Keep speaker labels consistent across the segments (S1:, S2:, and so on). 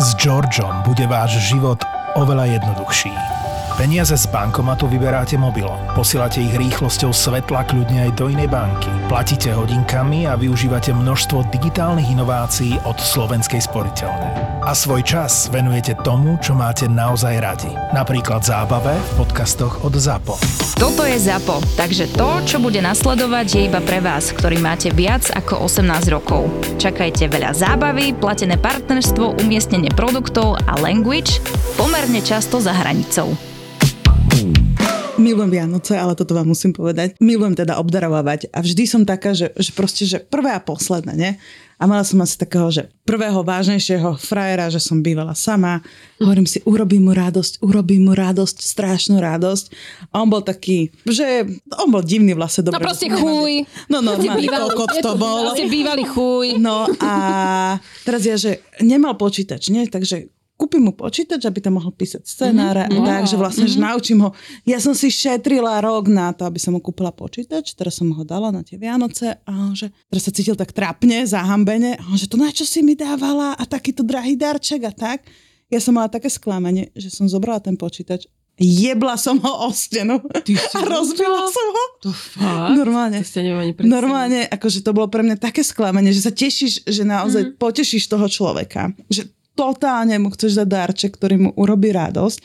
S1: S Georgeom bude váš život oveľa jednoduchší. Peniaze z bankomatu vyberáte mobilom, posielate ich rýchlosťou svetla kľudne aj do inej banky, platíte hodinkami a využívate množstvo digitálnych inovácií od Slovenskej sporiteľne. A svoj čas venujete tomu, čo máte naozaj radi. Napríklad zábave v podcastoch od ZAPO.
S2: Toto je ZAPO, takže to, čo bude nasledovať, je iba pre vás, ktorý máte viac ako 18 rokov. Čakajte veľa zábavy, platené partnerstvo, umiestnenie produktov a language pomerne často za hranicou.
S3: Milujem Vianoce, ale toto vám musím povedať. Milujem teda obdarovávať a vždy som taká, že, že proste, že prvé a posledné, ne? A mala som asi takého, že prvého vážnejšieho frajera, že som bývala sama. Hovorím si, urobím mu radosť, urobím mu radosť, strašnú radosť. A on bol taký, že on bol divný vlastne.
S4: No proste chuj.
S3: No normálne, koľko to bol.
S4: Proste bývalý chuj.
S3: No a teraz ja, že nemal počítač, nie? Takže kúpim mu počítač, aby tam mohol písať scenáre
S4: Mhm.
S3: mm-hmm. a tak, že vlastne, mm-hmm. že naučím ho. Ja som si šetrila rok na to, aby som mu kúpila počítač, teraz som ho dala na tie Vianoce a on, že teraz sa cítil tak trápne, zahambene, a on, že to na čo si mi dávala a takýto drahý darček a tak. Ja som mala také sklamanie, že som zobrala ten počítač Jebla som ho o stenu a rozbila to? som ho.
S4: To fakt?
S3: Normálne.
S4: To ste ani predstaviť.
S3: normálne, akože to bolo pre mňa také sklamanie, že sa tešíš, že
S4: Mhm.
S3: naozaj mm. potešíš toho človeka. Že totálne mu chceš dať darček, ktorý mu urobí radosť.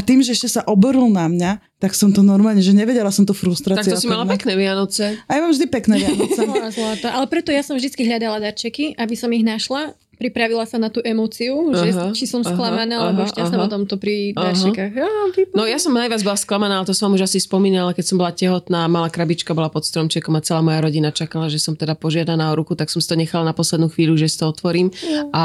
S3: A tým, že ešte sa oboril na mňa, tak som to normálne, že nevedela som to frustráciu.
S4: Tak to si mala pekné No. Vianoce.
S3: A ja mám vždy pekné Vianoce.
S5: Zlata. Ale preto ja som vždy hľadala darčeky, aby som ich našla. Pripravila sa na tú emóciu, že aha, či som sklamaná aha, alebo šťastná aha, o tomto pri darčekách. Ja,
S4: no ja som najviac bola sklamaná, ale to som už asi spomínala, keď som bola tehotná, malá krabička bola pod stromčekom a celá moja rodina čakala, že som teda požiadaná o ruku, tak som si to nechala na poslednú chvíľu, že si to otvorím. Ja. A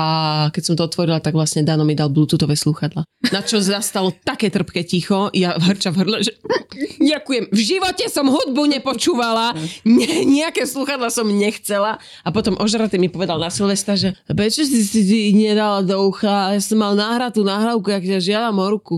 S4: keď som to otvorila, tak vlastne Dano mi dal bluetoothové slúchadla. Na čo zastalo také trpké ticho, ja hrča v hrle, že ďakujem. V živote som hudbu nepočúvala, ne, nejaké sluchadla som nechcela. A potom ožratý mi povedal na Silvesta, že prečo si si ty nedala do ucha, ja som mal náhradu, nahrávku, ak ťa žiadam o ruku.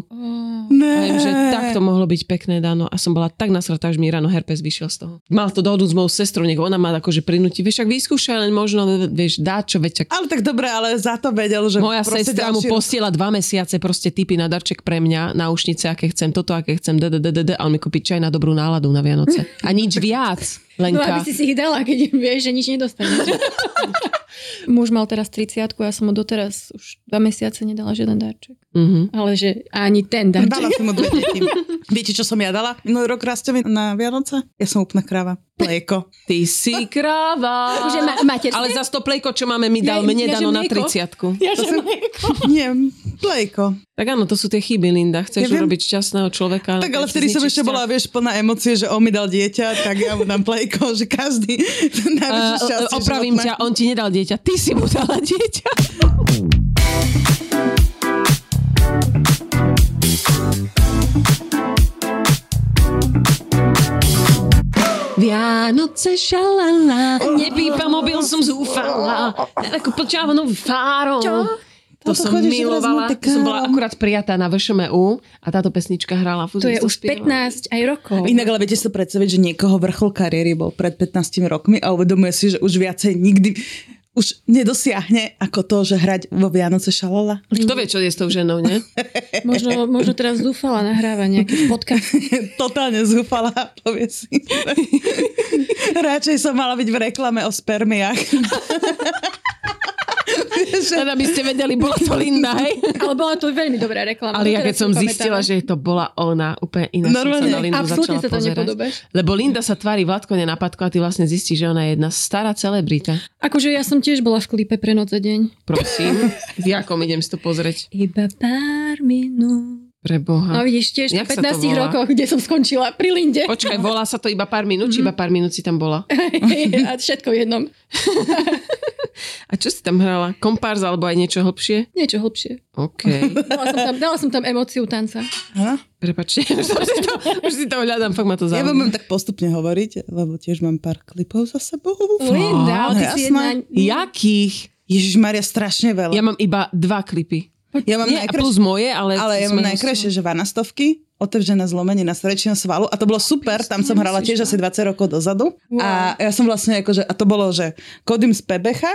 S3: Ne.
S4: Viem, že tak to mohlo byť pekné dáno a som bola tak nasratá, že mi ráno herpes vyšiel z toho. Mal to dohodu s mojou sestrou, nech ona ma akože prinúti, vieš, ak vyskúšaj, len možno, vieš, dá čo, veď
S3: Ale tak dobre, ale za to vedel, že...
S4: Moja sestra mu posiela dva mesiace proste typy na darček pre mňa, na ušnice, aké chcem, toto, aké chcem, dddd, ale mi kúpi čaj na dobrú náladu na Vianoce. A nič viac,
S5: No
S4: Lenka.
S5: aby si si ich dala, keď vieš, že nič nedostaneš. Muž mal teraz 30 ja som mu doteraz už dva mesiace nedala žiaden darček.
S4: Mhm.
S5: Ale že ani ten darček.
S3: Dala som mu dve deti. Viete, čo som ja dala? Minulý rok rastovi na Vianoce? Ja som úplná kráva. Plejko.
S4: Ty si kráva.
S5: Že ma- máte
S4: Ale za to plejko, čo máme, mi dal
S5: Akože- Ja-
S4: mne
S5: ja, že
S4: dano na
S5: mlieko?
S4: 30
S5: Ja, že
S3: som- Nie, plejko.
S4: Tak áno, to sú tie chyby, Linda.
S3: Ja
S4: Chceš
S3: viem.
S4: urobiť šťastného človeka.
S3: Tak ale
S4: si
S3: vtedy som
S4: zničíš
S3: ešte bola, vieš, plná emócie, že on mi dal dieťa, tak ja mu dám plejko, že každý najväčšie
S4: vzťah.
S3: šťastie.
S4: Eh, opravím
S3: životné.
S4: ťa, on ti nedal dieťa, ty si mu dala dieťa. Vianoce šalala, nepípa mobil som zúfala, takú počávanú fárou.
S5: Čo?
S4: To
S3: Toto
S4: som
S3: chodíš
S4: milovala,
S3: raz na
S4: to som bola
S3: tekám.
S4: akurát prijatá na VŠMU a táto pesnička hrala. fú,
S5: to
S4: som
S5: je
S4: to
S5: už
S4: spievala.
S5: 15 aj rokov.
S3: Inak ale viete si to predstaviť, že niekoho vrchol kariéry bol pred 15 rokmi a uvedomuje si, že už viacej nikdy už nedosiahne ako to, že hrať vo Vianoce šalala.
S4: Kto vie, čo je s tou ženou, ne?
S5: Možno, možno teraz zúfala nahráva nejaký podcast.
S3: Totálne zúfala a povie si. Radšej som mala byť v reklame o spermiach.
S4: Len aby ste vedeli, bola to Linda, hej?
S5: Ale bola to veľmi dobrá reklama.
S4: Ale ja
S5: Doteraz
S4: keď som
S5: teda si pamätám.
S4: zistila, že to bola ona, úplne iná
S3: Normálne,
S4: Normálne, som sa na Lindu
S5: absolútne
S4: začala
S5: sa to
S4: pozerať.
S5: nepodobáš.
S4: Lebo Linda sa tvári Vládko nenapadko a ty vlastne zistíš, že ona je jedna stará celebrita.
S5: Akože ja som tiež bola v klipe pre noc a deň.
S4: Prosím, v jakom idem si to pozrieť?
S5: Iba pár minút.
S4: Pre
S5: No
S4: Boha.
S5: vidíš, tiež
S4: Jak
S5: po
S4: sa to
S5: 15
S4: volá?
S5: rokoch, kde som skončila, pri Linde.
S4: Počkaj, volá sa to iba pár minút,
S5: Mhm.
S4: či iba pár minút si tam bola.
S5: a všetko v jednom.
S4: A čo si tam hrala? Komparz alebo aj niečo hlbšie?
S5: Niečo hlbšie.
S4: OK.
S5: Dala som tam, dala som tam emóciu tanca.
S3: Áno.
S4: Prepačte, už, si to, už si to hľadám, fakt ma to
S3: Ja vám
S4: zaujíma.
S3: budem tak postupne hovoriť, lebo tiež mám pár klipov za sebou.
S5: Linda, ale ty si
S3: jasné.
S5: jedna...
S4: Jakých?
S3: Ježiš Maria, strašne veľa.
S4: Ja mám iba dva klipy.
S6: Ja mám
S4: Nie, a
S6: najkrajšie,
S4: plus moje, ale...
S6: ale ja mám
S4: sme-
S6: najkrajšie, že vanastovky, otevřená zlomenina srdečného svalu a to bolo super, tam som hrala
S4: no.
S6: tiež asi 20 rokov dozadu a ja som vlastne akože, a to bolo, že kodím z Pebecha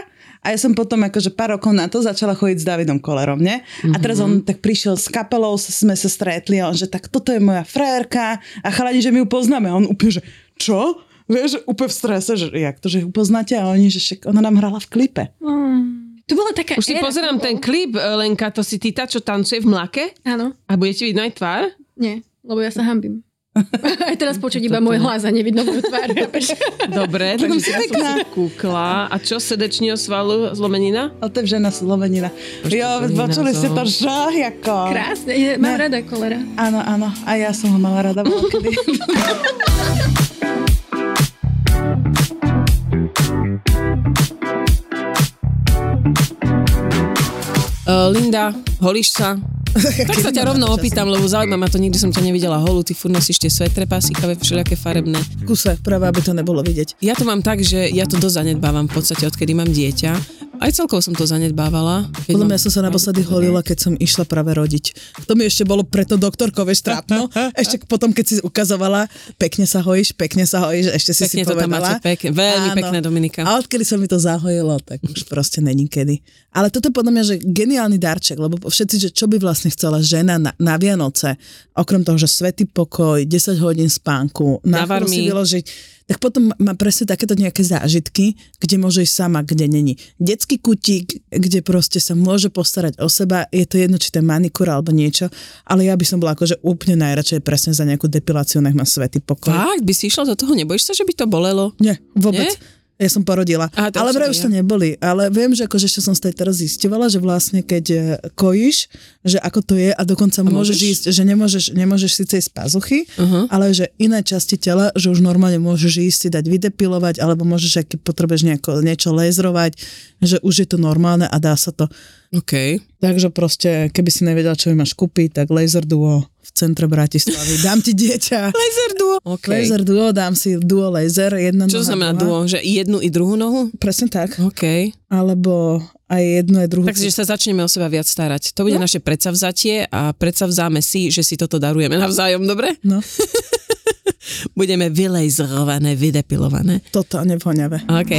S6: a ja som potom akože pár rokov na to začala chodiť s Davidom Kolerom, nie? A
S4: Mhm.
S6: teraz on tak prišiel s kapelou, s- sme sa stretli a on, že tak toto je moja frajerka a chalani, že my ju poznáme a on úplne, že čo? Vieš, úplne v strese, že jak to, že ju poznáte a oni, že však ona nám hrala v klipe.
S5: To bola taká
S4: Už si
S5: éra.
S4: pozerám ten klip, e, Lenka, to si ty tá, čo tancuje v mlake?
S5: Áno,
S4: A budete vidno aj tvár?
S5: nie, lebo ja sa hambím. Aj teraz počuť iba môj hlas a nevidno moju tvár. chápeš?
S4: Dobre, takže si ja som si kúkla. A čo srdečního svalu zlomenina?
S6: Otevřená slovenina. Jo,
S4: Slovenina,
S6: počuli ste to,
S4: zo.
S6: že? Jako...
S5: Krásne, je,
S6: Ne.
S5: mám rada kolera.
S6: Áno, áno. A ja som ho mala rada bola kedy.
S7: Uh, Linda, holíš sa? tak sa ťa rovno opýtam, lebo zaujíma ma to, nikdy som ťa nevidela holú, ty furt nosíš tie svetre pásikavé, všelijaké farebné.
S6: Kuse, práve aby to nebolo vidieť.
S7: Ja to mám tak, že ja to dosť zanedbávam v podstate, odkedy mám dieťa. Aj celkovo som to zanedbávala. Keď
S3: Podľa
S7: mám-
S3: mňa som sa naposledy holila, keď som išla práve rodiť. To mi ešte bolo preto doktorko, vieš, trápno. Ešte potom, keď si ukazovala, pekne sa hojíš, pekne sa hojíš, ešte si
S7: Pekne
S3: si
S7: to tam máte,
S3: povedala.
S7: pekne, veľmi pekné, Dominika.
S3: A odkedy sa mi to zahojilo, tak už proste není kedy. Ale toto je podľa mňa, že geniálny darček, lebo všetci, že čo by vlastne chcela žena na, na Vianoce, okrem toho, že svetý pokoj, 10 hodín spánku, na
S7: Navar
S3: chvíľu si
S7: mi.
S3: vyložiť, tak potom má presne takéto nejaké zážitky, kde môže ísť sama, kde není. Detský kutík, kde proste sa môže postarať o seba, je to jedno, či to je manikúra alebo niečo, ale ja by som bola akože úplne najradšej presne za nejakú depiláciu, nech má svetý pokoj.
S7: Fakt, by si išla do toho, nebojíš sa, že by to bolelo?
S3: Nie,
S7: Nie?
S3: vôbec. Nie? Ja som porodila.
S7: Aha, to
S3: ale
S7: už
S3: vraj
S7: som
S3: už
S7: ja.
S3: to neboli. Ale viem, že akože ešte som z tej teraz zistovala, že vlastne keď e, kojíš, že ako to je a dokonca a môžeš?
S7: môžeš?
S3: ísť, že nemôžeš, nemôžeš síce ísť z pazuchy, uh-huh. ale že iné časti tela, že už normálne môžeš ísť si dať vydepilovať, alebo môžeš, ak keď potrebuješ nejako, niečo lézrovať, že už je to normálne a dá sa to.
S7: OK.
S3: Takže proste, keby si nevedela, čo mi máš kúpiť, tak laser duo v centre Bratislavy. Dám ti dieťa.
S7: Laser duo. OK.
S3: Laser duo, dám si duo laser. Jedna
S7: Čo to
S3: noha,
S7: znamená
S3: druhá.
S7: duo? Že jednu i druhú nohu?
S3: Presne tak.
S7: OK.
S3: Alebo aj jedno, aj druhé.
S7: Takže sa začneme o seba viac starať. To bude no. naše predsavzatie a predsavzáme si, že si toto darujeme navzájom, dobre?
S3: No,
S7: Budeme vylejzrované, vydepilované.
S3: totálne voňavé.
S7: OK.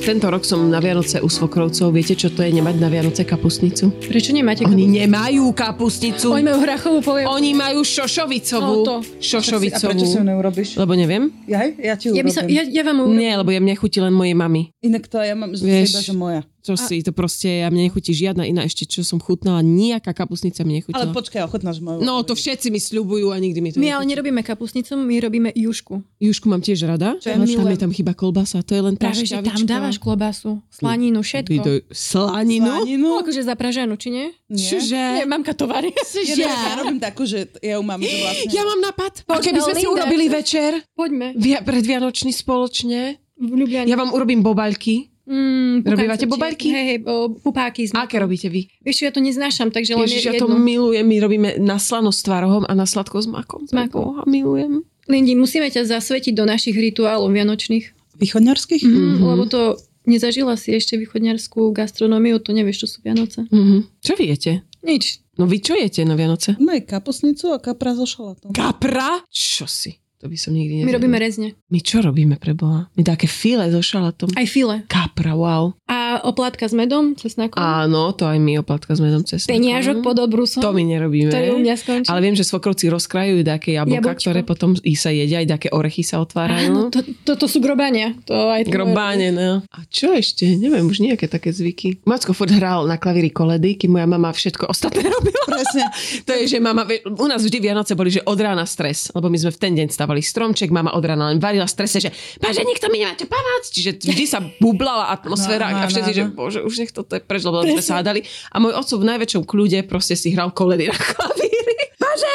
S4: Tento rok som na Vianoce u svokrovcov. Viete, čo to je nemať na Vianoce kapustnicu?
S5: Prečo nemáte
S4: Oni
S5: kapustnicu?
S4: nemajú kapustnicu.
S5: Oni majú hrachovú povie.
S4: Oni majú šošovicovú.
S5: No, to.
S4: Šošovicovú.
S3: neurobíš?
S4: Lebo neviem.
S3: Ja, ja ti
S5: Ja, by som, ja, ja vám ju urobím.
S4: Nie, lebo je mne chutí len mojej mamy.
S3: Inak to ja mám, že
S4: Vieš.
S3: iba, že moja.
S4: Čo si, to proste, ja mne nechutí žiadna iná ešte, čo som chutnala, nejaká kapustnica mi nechutila.
S3: Ale počkaj, ochotnáš moju.
S4: No, to všetci mi sľubujú a nikdy mi to
S5: My
S4: nechutí.
S5: ale nerobíme kapustnicu, my robíme jušku.
S4: Jušku mám tiež rada.
S5: Čo ja
S4: Máš, tam
S5: milujem.
S4: je tam chyba kolbasa, to je len tá
S5: Práve, že tam
S4: šťavička.
S5: dávaš klobásu, slaninu, všetko.
S4: Ty to Slaninu?
S5: No,
S3: Slaninu?
S5: akože zapraženú, či nie?
S4: Čože?
S5: Nie, mamka tovary.
S3: Ja, ja robím takú, že ja ju mám, že vlastne...
S4: Ja mám nápad. A keby sme si
S5: Linda.
S4: urobili večer,
S5: Poďme.
S4: via, predvianočný spoločne,
S5: V Ljubljane.
S4: ja vám urobím bobaľky.
S5: Mm, pukáčov,
S4: Robívate
S5: či-
S4: bobárky?
S5: Hej, hej, o, pupáky. s
S4: Aké
S5: mliekom.
S4: robíte vy?
S5: Vieš, čo, ja to neznášam, takže len
S4: Ježiš, ja to
S5: jedno.
S4: milujem. My robíme na slano s tvarohom a na sladko s makom. S
S5: makom.
S4: Boha, milujem.
S5: Lindi, musíme ťa zasvetiť do našich rituálov vianočných.
S3: Východňarských?
S4: Mhm.
S5: Mm-hmm. Lebo to nezažila si ešte východňarskú gastronómiu, to nevieš, čo sú Vianoce.
S4: Mhm. Čo vy jete?
S5: Nič.
S4: No vy čo jete na Vianoce?
S3: Moje kapusnicu a kapra so šalatom.
S4: Kapra? Čo si? To by som nikdy
S5: My
S4: nevedela.
S5: robíme rezne.
S4: My čo robíme pre Boha? My také file so šalatom.
S5: Aj file.
S4: Kapra, wow.
S5: A oplátka s medom, cesnakom. A
S4: Áno, to aj my oplatka s medom cez.
S5: peniažok pod obrusom.
S4: To my nerobíme.
S5: Ktorý u mňa skončí.
S4: Ale viem, že svokrovci rozkrajujú také jablka,
S5: Jablčko.
S4: ktoré potom i sa jedia, aj také orechy sa
S5: Áno,
S4: otvárajú.
S5: to, to, to, sú grobania. To aj to
S4: Grobáne, no. A čo ešte? Neviem, už nejaké také zvyky. Macko furt hral na klavíri koledy, kým moja mama všetko ostatné robila.
S3: Presne.
S4: To je, že mama, vie- u nás vždy Vianoce boli, že od rána stres, lebo my sme v ten deň stavali stromček, mama od rána len varila v strese, že páže, nikto mi nemá čo pamať, čiže vždy sa bublala atmosféra
S3: No, no,
S4: a všetci,
S3: no,
S4: že bože, už nech toto je preč, lebo len sme sa hádali. A môj otco v najväčšom kľude proste si hral koledy na klavíri. Bože!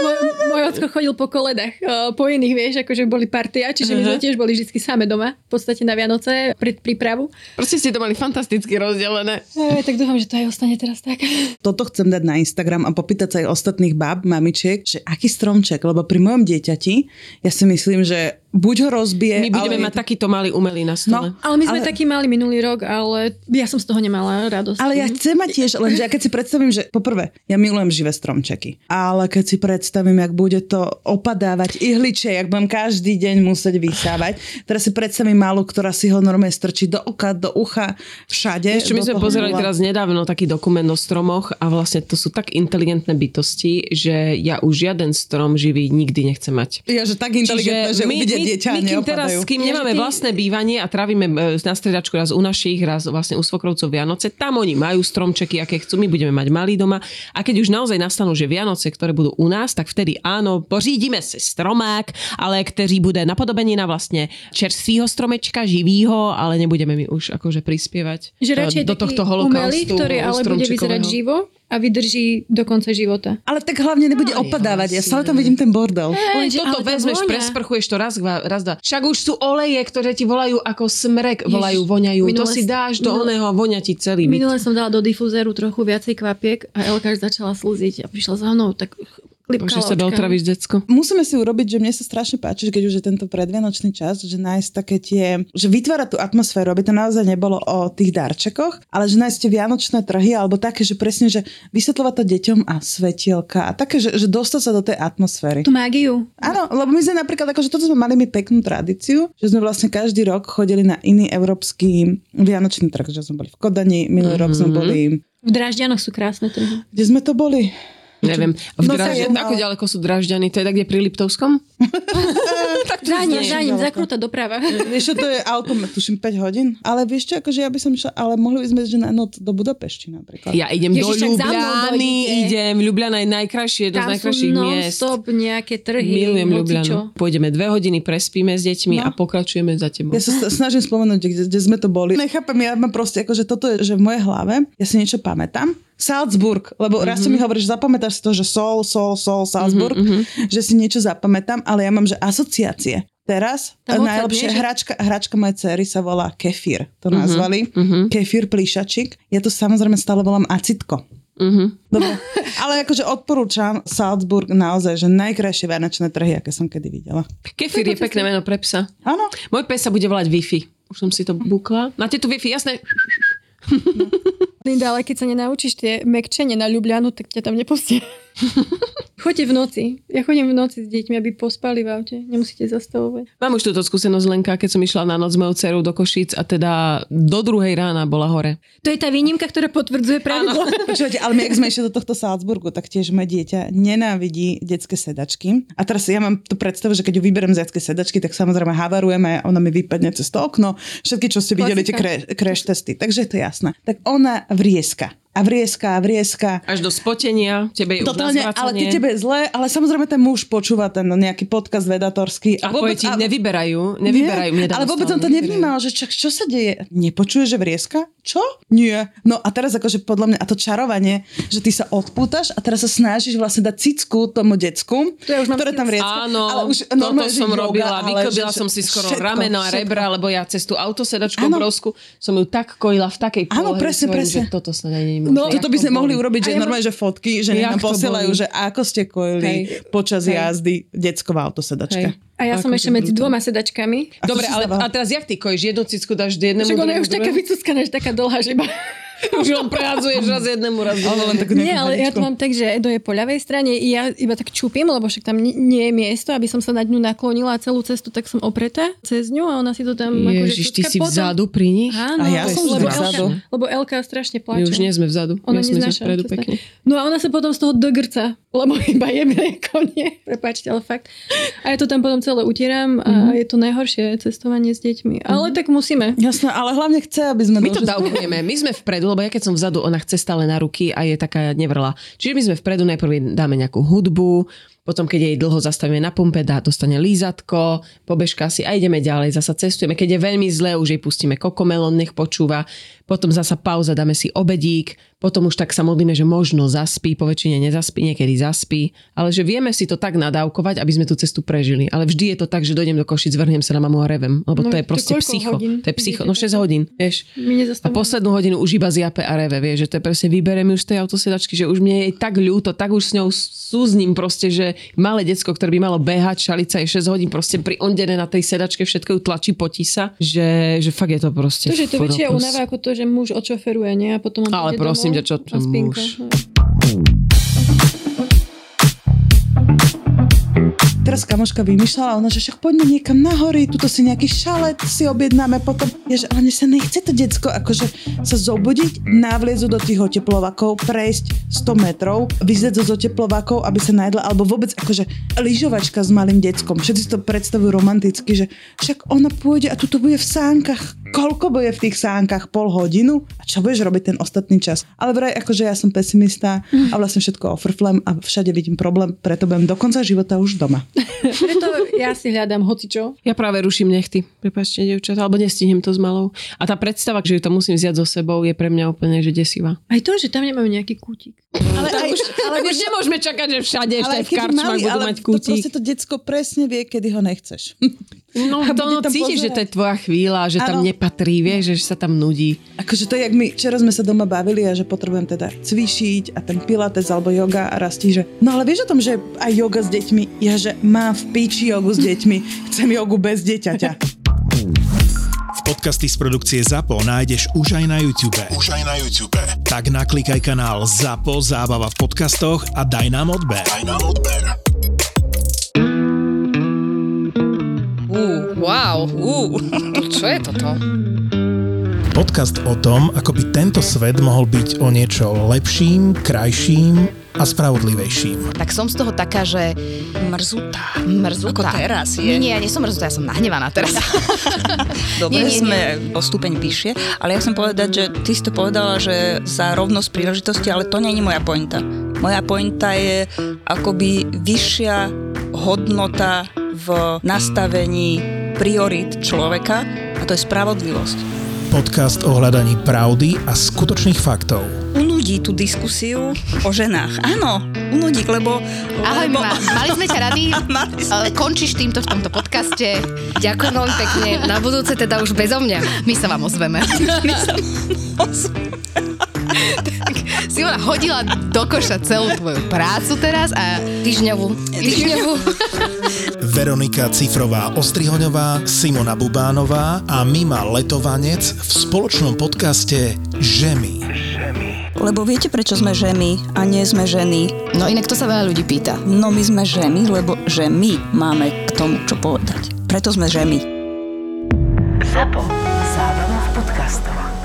S5: Môj, môj ocko chodil po koledách, e, po iných, vieš, akože boli partia, čiže my sme tiež boli vždy same doma, v podstate na Vianoce, pred prípravu.
S4: Proste ste to mali fantasticky rozdelené.
S5: E, tak dúfam, že to aj ostane teraz tak.
S3: toto chcem dať na Instagram a popýtať sa aj ostatných báb, mamičiek, že aký stromček, lebo pri mojom dieťati ja si myslím, že buď ho rozbije,
S4: My budeme
S3: ale...
S4: mať takýto malý umelý na stole.
S3: No.
S5: Ale my sme
S3: Ale-
S5: ale... taký mali minulý rok, ale ja som z toho nemala radosť. Mhm.
S3: Ale
S4: Mhm.
S3: ja chcem mať tiež, lenže ja keď si predstavím, že poprvé, ja milujem živé stromčeky, ale keď si predstavím, jak bude to opadávať ihličie, jak budem každý deň musieť vysávať, teraz si predstavím malú, ktorá si ho normálne strčí do oka, do ucha, všade.
S4: Ešte my
S3: do
S4: sme
S3: toho
S4: pozerali
S3: hula.
S4: teraz nedávno taký dokument o stromoch a vlastne to sú tak inteligentné bytosti, že ja už žiaden strom živý nikdy nechcem mať.
S3: Ja, že tak inteligentné, že uvidie dieťa a
S4: my kým teraz,
S3: neopadajú.
S4: kým nemáme vlastné bývanie a trávime e, na stredačku raz u našich, raz vlastne u svokrovcov Vianoce, tam oni majú stromčeky, aké chcú, my budeme mať malý doma. A keď už naozaj nastanú, že Vianoce, ktoré budú u nás, tak vtedy áno, pořídíme si stromák, ale ktorý bude napodobený na vlastne čerstvýho stromečka, živýho, ale nebudeme my už akože prispievať
S5: Že radšej
S4: e, do
S5: taký
S4: tohto
S5: umelý,
S4: holokaustu
S5: ktorý ale bude vyzerať
S4: stromčekového.
S5: živo a vydrží do konca života.
S3: Ale tak hlavne nebude opadávať, ja stále tam vidím
S4: vlastne.
S3: ten bordel.
S4: Len
S5: Hej,
S4: toto
S5: ale tá
S4: vezmeš,
S5: vôňa.
S4: presprchuješ to raz, dva, raz, dva. Však už sú oleje, ktoré ti volajú ako smrek, volajú, voňajú. to
S5: minule-
S4: si dáš do
S5: minule-
S4: oného a voňa ti celý byt.
S5: Minule som dala do difúzeru trochu viacej kvapiek a Elka už začala slúziť a prišla za mnou, tak ch-
S4: Bože,
S5: klipkala
S4: sebe
S5: očkami.
S4: otravíš decko.
S3: musíme si urobiť, že mne sa strašne páči, že keď už je tento predvianočný čas, že nájsť také tie, že vytvára tú atmosféru, aby to naozaj nebolo o tých darčekoch, ale že nájsť tie vianočné trhy alebo také, že presne, že vysvetľovať to deťom a svetielka a také, že, že dostať sa do tej atmosféry.
S5: Tú mágiu.
S3: Áno, lebo my sme napríklad, akože toto sme mali my peknú tradíciu, že sme vlastne každý rok chodili na iný európsky vianočný trh, že sme boli v Kodani, minulý mm-hmm. rok sme boli,
S5: V Drážďanoch sú krásne trhy.
S3: kde sme to boli?
S4: Neviem.
S3: No,
S4: V no,
S3: tak
S4: draž...
S3: jedno,
S4: Ako
S3: ale-
S4: ďaleko sú Dražďany? To je tak, kde pri Liptovskom? tak to
S5: Za ním,
S4: znie.
S5: za ním, zakrúta doprava.
S3: Vieš, čo, to je autom, tuším, 5 hodín. Ale vieš čo, akože ja by som šla, ale mohli by sme ísť že na noc do Budapešti napríklad.
S4: Ja idem
S5: Ježiš,
S4: do
S5: však za mnou
S4: Ljubljany,
S5: dojdete.
S4: idem. Ljubljana je najkrajšie, jedno z
S5: Tam sú
S4: najkrajších miest.
S5: non-stop nejaké trhy.
S4: Milujem Ljubljanu.
S5: hocičo.
S4: Pôjdeme dve hodiny, prespíme s deťmi a
S5: No.
S4: pokračujeme za tebou.
S3: Ja sa sta- snažím spomenúť, kde, kde sme to boli. Nechápem, ja mám proste, akože toto je, že v mojej hlave, ja si niečo pamätám. Salzburg, lebo mm-hmm. raz si mi hovoríš, že zapamätáš si to, že sol, sol, sol, Salzburg, mm-hmm. že si niečo zapamätám, ale ja mám, že asociácie. Teraz
S5: Tam
S3: Tam
S5: odtiaľ,
S3: najlepšia
S5: nie? Že-
S3: hračka, hračka mojej cery sa volá kefír, to nazvali. Kefír plíšačik. Ja to samozrejme stále volám acitko. Dobre, ale akože odporúčam Salzburg naozaj, že najkrajšie vianočné trhy, aké som kedy videla.
S4: Kefir je pekné meno pre psa.
S3: Áno,
S4: Môj pes sa bude volať Wi-Fi. Už som si to bukla. Máte tu Wi-Fi, jasné.
S5: Linda, ale keď sa nenaučíš tie mekčenie na Ljubljanu, tak ťa tam nepustia. Chodte v noci. Ja chodím v noci s deťmi, aby pospali v aute. Nemusíte zastavovať.
S4: Mám už túto skúsenosť Lenka, keď som išla na noc s mojou dcerou do Košíc a teda do druhej rána bola hore.
S5: To je tá výnimka, ktorá potvrdzuje pravidlo.
S3: počúvate, ale my, ak sme išli do tohto Salzburgu, tak tiež moje dieťa nenávidí detské sedačky. A teraz ja mám tú predstavu, že keď ju vyberiem z detskej sedačky, tak samozrejme havarujeme, ona mi vypadne cez to okno, všetky, čo ste videli, tie
S5: Klasika.
S3: cra- crash testy, takže to je jasné. Tak ona vrieska a vrieska a vrieska
S4: Až do spotenia, tebe je
S3: Totálne,
S4: už na
S3: ale
S4: zvracanie.
S3: keď tebe je zle, ale samozrejme ten muž počúva ten nejaký podcast vedatorský.
S4: A vôbec ti nevyberajú, nevyberajú. mne
S3: nie, ale vôbec som to nevnímal, že čak, čo sa deje? Nepočuje, že vrieska? Čo? Nie. No a teraz akože podľa mňa, a to čarovanie, že ty sa odpútaš a teraz sa snažíš vlastne dať cicku tomu decku,
S5: To ja už mám
S3: ktoré tam
S5: cic-
S3: vrieska.
S4: Áno,
S3: ale už
S4: toto
S3: normálne, že
S4: som
S3: yoga,
S4: robila.
S3: ale
S4: Vykobila
S3: že-
S4: som si skoro
S3: všetko,
S4: rameno a
S3: všetko.
S4: rebra, lebo ja cez tú autosedačku
S3: Áno.
S4: obrovskú som ju tak kojila v takej polohe,
S3: Áno,
S4: že
S3: presne,
S4: si hovorím,
S3: presne.
S4: Že toto sa nie
S3: No, toto by sme mohli urobiť, že
S5: A ja
S3: normálne, že fotky, že
S4: Jak
S3: nám
S4: to
S3: posielajú,
S4: boli.
S3: že ako ste kojili
S4: Hej.
S3: počas
S4: Hej.
S3: jazdy detsko v autosedačke.
S4: Hej.
S5: A ja som
S4: Akože
S5: ešte medzi
S4: brutál.
S5: dvoma sedačkami.
S3: A čo
S4: Dobre,
S3: sa
S4: ale
S3: stávalo?
S4: a teraz jak ty kojíš? Jednu cicku dáš jednému,
S5: Však ona
S4: druhému,
S5: je už taká
S4: druhému?
S5: vycuskaná, že taká dlhá žiba.
S4: Už len prehádzuješ raz jednému, raz
S3: Ale len
S4: druhému.
S3: takú
S5: Nie,
S3: nejakú
S5: ale ja
S3: hadičku.
S5: to mám tak, že Edo je po ľavej strane i ja iba tak čupím, lebo však tam ni- nie je miesto, aby som sa na ňu naklonila a celú cestu tak som opretá cez ňu a ona si to tam
S3: Mm,
S4: Ježiš,
S5: akože
S4: ty
S5: cucká
S4: si
S5: potom.
S4: vzadu pri nich?
S5: Áno,
S3: A ja som
S5: lebo
S3: vzadu.
S5: Elka, lebo Elka strašne
S4: My
S5: pláče.
S4: už nie sme vzadu.
S5: Ona
S4: my sme
S5: neznáša,
S4: vpredu
S5: to
S4: pekne.
S5: zna- No a ona sa potom z toho dogrca, lebo iba jemné konie. Prepáčte, ale fakt. A ja to tam potom celé utieram a
S4: Mhm.
S5: je to najhoršie cestovanie s deťmi. Ale tak musíme.
S3: Jasné, ale hlavne chce, aby sme...
S4: My to
S3: dožili-
S4: dávkujeme. My sme vpredu, lebo ja keď som vzadu, ona chce stále na ruky a je taká nevrla. Čiže my sme vpredu, najprv jej dáme nejakú hudbu, potom keď jej dlho zastavíme na pumpe, dá, dostane lízatko, pobežka si a ideme ďalej, zasa cestujeme. Keď je veľmi zle, už jej pustíme kokomelon, nech počúva. potom zasa pauza, dáme si obedík, potom už tak sa modlíme, že možno zaspí, po väčšine nezaspí, niekedy zaspí, ale že vieme si to tak nadávkovať, aby sme tú cestu prežili. Ale vždy je to tak, že dojdem do Košic, zvrhnem sa na mamu a revem, lebo
S5: No,
S4: to je
S5: to
S4: proste
S5: koľko
S4: psycho.
S5: hodín
S4: To je psycho,
S5: idete
S4: no 6 hodín, vieš.
S5: My
S4: A
S5: nezastavujeme.
S4: poslednú hodinu už iba zjape a reve, vieš, že to je presne, vyberem ju už z tej autosedačky, že už mne je tak ľúto, tak už s ňou súzním proste, že malé decko, ktoré by malo behať, šaliť sa je 6 hodín, proste pri ondene na tej sedačke všetko ju tlačí, potí sa, že, že fakt je to proste.
S5: To, že je to
S4: furo
S5: väčšia
S4: plus.
S5: únava ako to, že muž odšoferuje, nie? A potom on
S4: Ale
S5: príde
S4: prosím
S5: domov
S4: ťa, čo
S5: a
S4: to
S5: spinka. No.
S4: muž?
S3: Teraz kamoška vymýšľala, ona, že však poďme niekam na hory, tuto si nejaký šalet si objednáme, potom, je, že ale mne sa nechce to decko, akože sa zobudiť, návliezu do tých oteplovakov, prejsť 100 metrov, vyzrieť zo oteplovakov, aby sa najedla, alebo vôbec akože lyžovačka s malým deckom. Všetci si to predstavujú romanticky, že však ona pôjde a tuto bude v sánkach. Koľko bude v tých sánkach? Pol hodinu? A čo budeš robiť ten ostatný čas? Ale vraj, akože ja som pesimista a vlastne všetko ofrflem a všade vidím problém, preto budem do konca života už doma.
S5: Preto ja si hľadám hocičo.
S4: Ja práve ruším nechty, prepáčte, devčatá, alebo nestihnem to s malou. A tá predstava, že ju to musím vziať so sebou, je pre mňa úplne, že desivá.
S5: Aj to, že tam nemajú nejaký kútik.
S3: Ale aj,
S4: Ale už nemôžeme čakať, že všade ešte aj v
S3: keby
S4: karčmách
S3: mali,
S4: budú
S3: ale
S4: mať
S3: To
S4: kútik.
S3: proste to decko presne vie, kedy ho nechceš.
S4: No,
S3: A
S4: to
S3: bude
S4: no,
S3: tam
S4: cítiš, že to je
S3: pozerať.
S4: tvoja chvíľa, že tam
S3: Áno.
S4: nepatrí, vieš, že sa tam nudí.
S3: Akože to je, jak my včera sme sa doma bavili a že potrebujem teda cvičiť a ten pilates alebo yoga a rastí, že no ale vieš o tom, že aj yoga s deťmi, ja že mám v piči jogu s deťmi, chcem jogu bez deťaťa.
S1: Podcasty z produkcie ZAPO nájdeš už aj na YouTube.
S8: Už aj na YouTube.
S1: Tak naklikaj kanál ZAPO Zábava v podcastoch a daj nám odber.
S8: Aj na odber.
S9: Ú, wow, ú, čo je toto?
S1: Podcast o tom, ako by tento svet mohol byť o niečo lepším, krajším a spravodlivejším.
S9: Tak som z toho taká, že mrzutá. Mrzutá. Ako teraz je. Nie, ja nie som mrzutá, ja som nahnevaná teraz.
S10: Dobre,
S9: Mhm. Nie, nie, nie.
S10: sme o stupeň vyššie, ale ja chcem povedať, že ty si to povedala, že za rovnosť príležitosti, ale to nie je moja pointa. Moja pointa je akoby vyššia hodnota v nastavení priorit človeka a to je spravodlivosť.
S1: Podcast o hľadaní pravdy a skutočných faktov.
S10: Unudí tú diskusiu o ženách. Áno, unudí, lebo...
S9: Ahoj,
S10: lebo...
S9: ma, mali sme ťa rady.
S10: Mali sme.
S9: Ale Končíš týmto v tomto podcaste. Ďakujem veľmi pekne. Na budúce teda už bezo mňa. My sa vám ozveme.
S10: My sa-
S9: Simona hodila do koša celú tvoju prácu teraz a týždňovú. Týždňovú.
S1: Veronika Cifrová Ostrihoňová, Simona Bubánová a Mima Letovanec v spoločnom podcaste Žemi.
S10: Lebo viete, prečo sme ženy a nie sme ženy?
S9: No inak to sa veľa ľudí pýta.
S10: No my sme ženy, lebo že my máme k tomu čo povedať. Preto sme ženy.
S11: Zapo. Zábrná v podcastovách.